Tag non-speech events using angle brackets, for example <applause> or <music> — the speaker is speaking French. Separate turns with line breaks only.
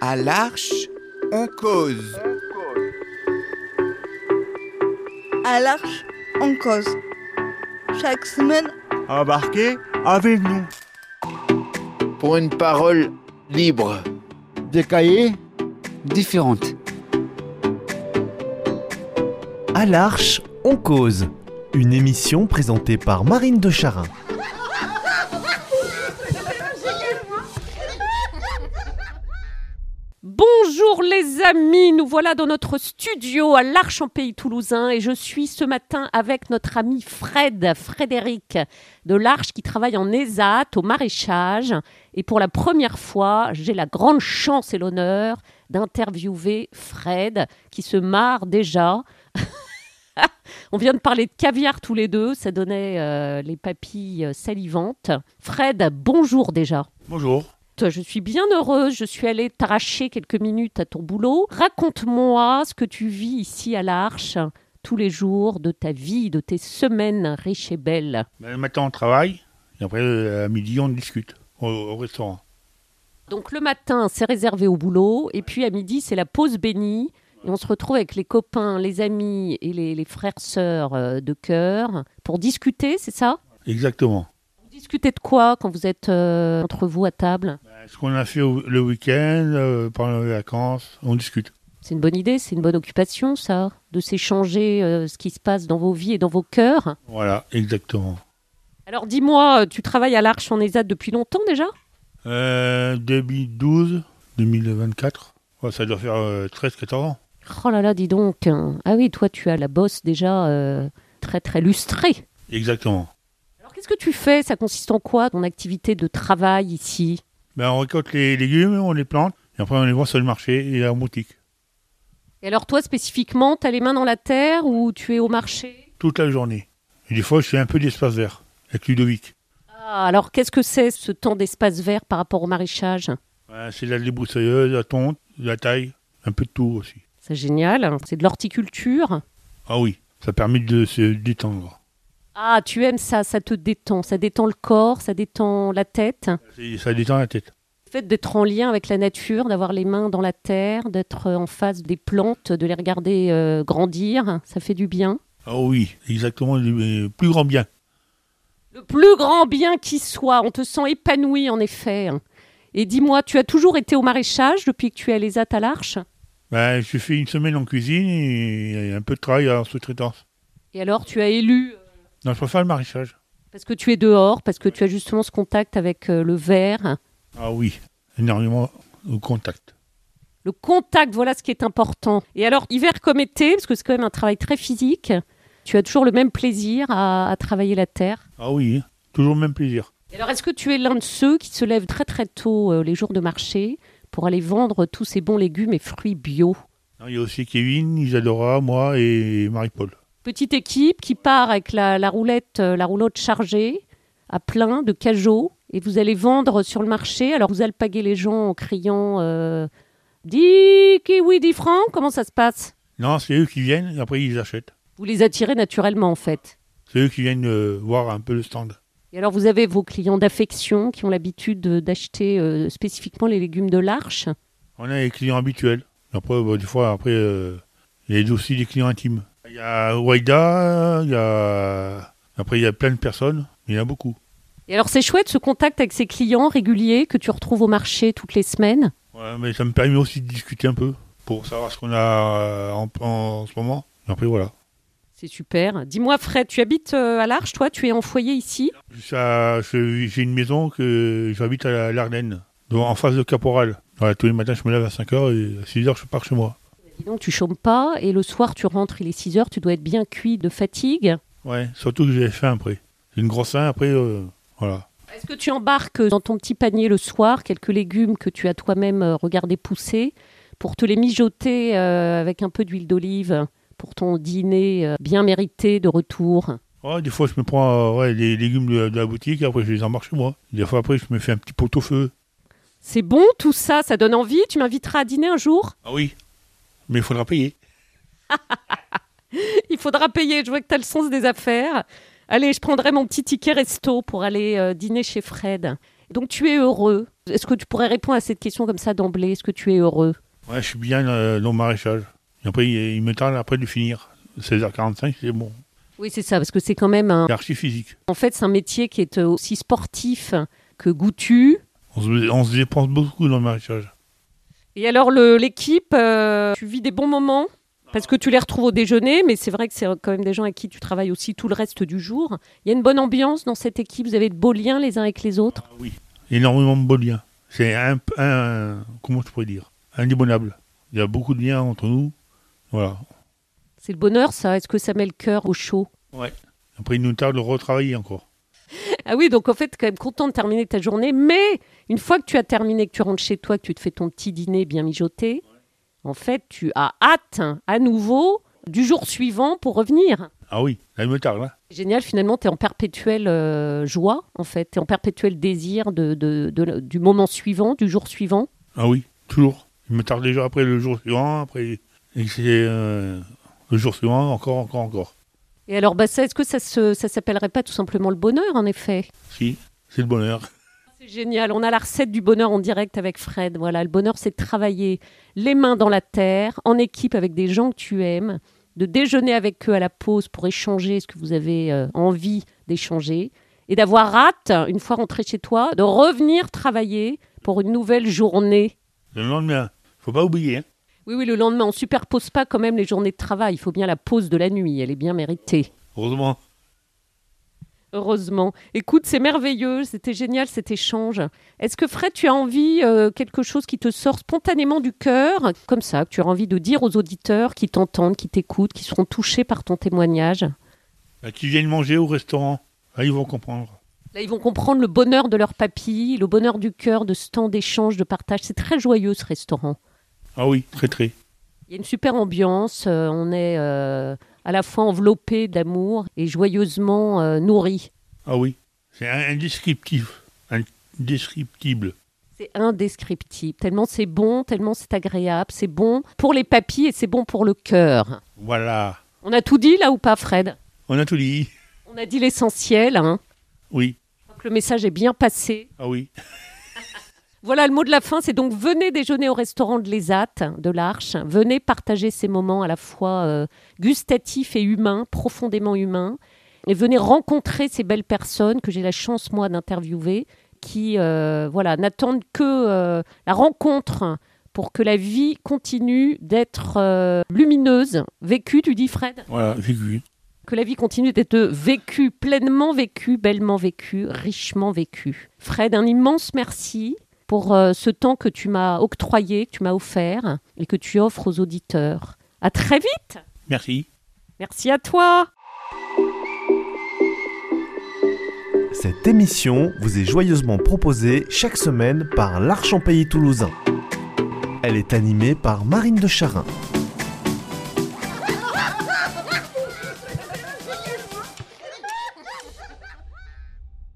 À l'arche, on cause.
À l'arche, on cause. Chaque semaine,
Embarquez avec nous.
pour une parole libre.
Des cahiers
différentes.
À l'Arche, on cause. Une émission présentée par Marine de Charin.
Bonjour les amis, nous voilà dans notre studio à l'Arche en Pays Toulousain et je suis ce matin avec notre ami Fred, Frédéric de l'Arche qui travaille en ESAT au maraîchage et pour la première fois j'ai la grande chance et l'honneur d'interviewer Fred qui se marre déjà. <laughs> On vient de parler de caviar tous les deux, ça donnait euh, les papilles salivantes. Fred, bonjour déjà.
Bonjour.
Toi, Je suis bien heureuse, je suis allée t'arracher quelques minutes à ton boulot. Raconte-moi ce que tu vis ici à l'Arche tous les jours de ta vie, de tes semaines riches et belles.
Ben, le matin, on travaille. Et après, euh, à midi, on discute au, au restaurant.
Donc le matin, c'est réservé au boulot, et puis à midi, c'est la pause bénie, et on se retrouve avec les copains, les amis et les, les frères sœurs euh, de cœur pour discuter, c'est ça
Exactement.
Vous discutez de quoi quand vous êtes euh, entre vous à table
Ben, ce qu'on a fait au- le week-end, euh, pendant les vacances, on discute.
C'est une bonne idée, c'est une bonne occupation, ça, de s'échanger euh, ce qui se passe dans vos vies et dans vos cœurs.
Voilà, exactement.
Alors dis-moi, euh, tu travailles à l'Arche en ESAT depuis longtemps déjà
Euh, 2012, 2024. Ouais, ça doit faire euh, 13-14 ans.
Oh là là, dis donc. Ah oui, toi tu as la bosse déjà euh, très très lustrée.
Exactement.
Alors qu'est-ce que tu fais Ça consiste en quoi ton activité de travail ici
Ben, on récolte les légumes, on les plante. Et après, on les vend sur le marché et en boutique.
Et alors toi spécifiquement, t'as les mains dans la terre ou tu es au marché
Toute la journée. Et des fois, je fais un peu d'espace vert avec Ludovic.
Ah, alors qu'est-ce que c'est ce temps d'espace vert par rapport au maraîchage
Ouais, Ben, c'est la débroussailleuse, la tonte, la taille, un peu de tout aussi.
C'est génial, c'est de l'horticulture.
Ah oui, ça permet de se détendre.
Ah, tu aimes ça, ça te détend, ça détend le corps, ça détend la tête.
C'est- Ça détend la tête.
Le fait d'être en lien avec la nature, d'avoir les mains dans la terre, d'être euh, en face des plantes, de les regarder euh, grandir, ça fait du bien.
Ah oui, exactement, le plus grand bien.
Le plus grand bien qui soit, on te sent épanoui en effet. Et dis-moi, tu as toujours été au maraîchage depuis que tu es à l'ESAT à l'Arche
Ben, je fais une semaine en cuisine et un peu de travail en sous-traitance.
Et alors tu as élu euh,
Non, je préfère le maraîchage.
parce que tu es dehors, parce que tu as justement ce contact avec euh, le verre.
Ah oui, énormément au contact.
Le contact, voilà ce qui est important. Et alors, hiver comme été, parce que c'est quand même un travail très physique, tu as toujours le même plaisir à- à travailler la terre
Ah oui, hein, toujours le même plaisir.
Et Alors, est-ce que tu es l'un de ceux qui se lèvent très très tôt euh, les jours de marché pour aller vendre tous ces bons légumes et fruits bio
Non, il y a aussi Kevin, Isadora, moi et Marie-Paul.
Petite équipe qui part avec la, la roulette, euh, la roulotte chargée à plein de cajots et vous allez vendre sur le marché. Alors, vous alpaguez les gens en criant euh, 10 kiwis, 10 francs Comment ça se passe
Non, c'est eux qui viennent et après ils achètent.
Vous les attirez naturellement en fait.
C'est eux qui viennent euh, voir un peu le stand.
Et alors, vous avez vos clients d'affection qui ont l'habitude de- d'acheter euh, spécifiquement les légumes de l'Arche.
On a les clients habituels. Après, bah, des fois, après, euh, il y a aussi des clients intimes. Il y a Waïda, il y a... Après, il y a plein de personnes. Il y en a beaucoup.
Et alors c'est chouette ce contact avec ces clients réguliers que tu retrouves au marché toutes les semaines.
Ouais, mais ça me permet aussi de discuter un peu pour savoir ce qu'on a euh, en, en ce moment. Et après, voilà.
C'est super. Dis-moi Fred, tu habites euh, à l'Arche, toi Tu es en foyer ici
Je suis à- je- J'ai une maison que j'habite à l'Ardenne, en face de Caporal. Voilà, tous les matins, je me lève à 5h et à 6h, je pars chez moi.
Dis donc tu chômes pas et le soir tu rentres, il est 6 heures, tu dois être bien cuit de fatigue.
Ouais, surtout que j'ai faim après. J'ai une grosse faim après, euh, voilà.
Est-ce que tu embarques euh, dans ton petit panier le soir quelques légumes que tu as toi-même euh, regardé pousser pour te les mijoter euh, avec un peu d'huile d'olive pour ton dîner euh, bien mérité de retour
Ouais, des fois, je me prends euh, ouais, les légumes de, de la boutique et après, je les embarque chez moi. Des fois, après, je me fais un petit pot au feu.
C'est bon tout ça, ça donne envie, tu m'inviteras à dîner un jour
Ah oui, mais il faudra payer.
Il faudra payer. Je vois que tu as le sens des affaires. Allez, je prendrai mon petit ticket resto pour aller euh, dîner chez Fred. Donc tu es heureux. Est-ce que tu pourrais répondre à cette question comme ça d'emblée Est-ce que tu es heureux
Ouais, je suis bien euh, dans le maraîchage. Et après, il, il me tarde après de finir. 16h45, c'est bon.
Oui, c'est ça, parce que c'est quand même un...
C'est archi physique.
En fait, c'est un métier qui est euh, aussi sportif que goûtu.
On se, on se dépense beaucoup dans le maraîchage.
Et alors le- l'équipe, euh, tu vis des bons moments parce que tu les retrouves au déjeuner, mais c'est vrai que c'est quand même des gens avec qui tu travailles aussi tout le reste du jour. Il y a une bonne ambiance dans cette équipe, vous avez de beaux liens les uns avec les autres.
Ah oui. Énormément de beaux liens. C'est un, un- Comment je pourrais dire Indémodable. Il y a beaucoup de liens entre nous. Voilà.
C'est le bonheur ça, est-ce que ça met le cœur au chaud
Après, il nous tarde de retravailler encore.
Ah oui, donc en fait, quand même content de terminer ta journée, mais une fois que tu as terminé, que tu rentres chez toi, que tu te fais ton petit dîner bien mijoté, en fait, tu as hâte hein, à nouveau du jour suivant pour revenir.
Ah oui, là, il me tarde. hein.
Génial, finalement, tu es en perpétuelle euh, joie, en fait. Tu es en perpétuel désir de, de- de- du moment suivant, du jour suivant.
Ah oui, toujours. Il me tarde déjà après le jour suivant, après. Et c'est euh, le jour suivant, encore, encore, encore.
Et alors, bah, ça, est-ce que ça se, ça s'appellerait pas tout simplement le bonheur, en effet
Si, c'est le bonheur.
C'est génial, on a la recette du bonheur en direct avec Fred. Voilà, le bonheur, c'est de travailler les mains dans la terre, en équipe avec des gens que tu aimes, de déjeuner avec eux à la pause pour échanger ce que vous avez euh, envie d'échanger, et d'avoir hâte, une fois rentré chez toi, de revenir travailler pour une nouvelle journée.
Le lendemain, faut pas oublier. hein.
Oui, oui, le lendemain, on superpose pas quand même les journées de travail. Il faut bien la pause de la nuit. Elle est bien méritée.
Heureusement.
Heureusement. Écoute, c'est merveilleux. C'était génial cet échange. Est-ce que Fred, tu as envie, euh, quelque chose qui te sort spontanément du cœur, comme ça, que tu as envie de dire aux auditeurs qui t'entendent, qui t'écoutent, qui seront touchés par ton témoignage
Bah, Qu'ils viennent manger au restaurant. Là, ils vont comprendre.
Là, ils vont comprendre le bonheur de leur papille, le bonheur du cœur, de ce temps d'échange, de partage. C'est très joyeux ce restaurant.
Ah oui, très très.
Il y a une super ambiance, euh, on est euh, à la fois enveloppé d'amour et joyeusement euh, nourri.
Ah oui. C'est in- indescriptif. Indescriptible.
C'est indescriptible, tellement c'est bon, tellement c'est agréable, c'est bon pour les papilles et c'est bon pour le cœur.
Voilà.
On a tout dit là ou pas Fred
On a tout dit.
On a dit l'essentiel, hein.
Oui.
Je crois que le message est bien passé.
Ah oui.
Voilà le mot de la fin, c'est donc venez déjeuner au restaurant de l'ESAT, de l'Arche. Venez partager ces moments à la fois euh, gustatifs et humains, profondément humains. Et venez rencontrer ces belles personnes que j'ai la chance, moi, d'interviewer, qui euh, voilà, n'attendent que euh, la rencontre pour que la vie continue d'être euh, lumineuse, vécue, tu dis Fred
Voilà, vécu.
que la vie continue d'être vécue, pleinement vécue, bellement vécue, richement vécue. Fred, un immense merci pour euh, ce temps que tu m'as octroyé, que tu m'as offert et que tu offres aux auditeurs. À très vite.
Merci.
Merci à toi.
Cette émission vous est joyeusement proposée chaque semaine par l'Arche en Pays toulousain. Elle est animée par Marine de Charin.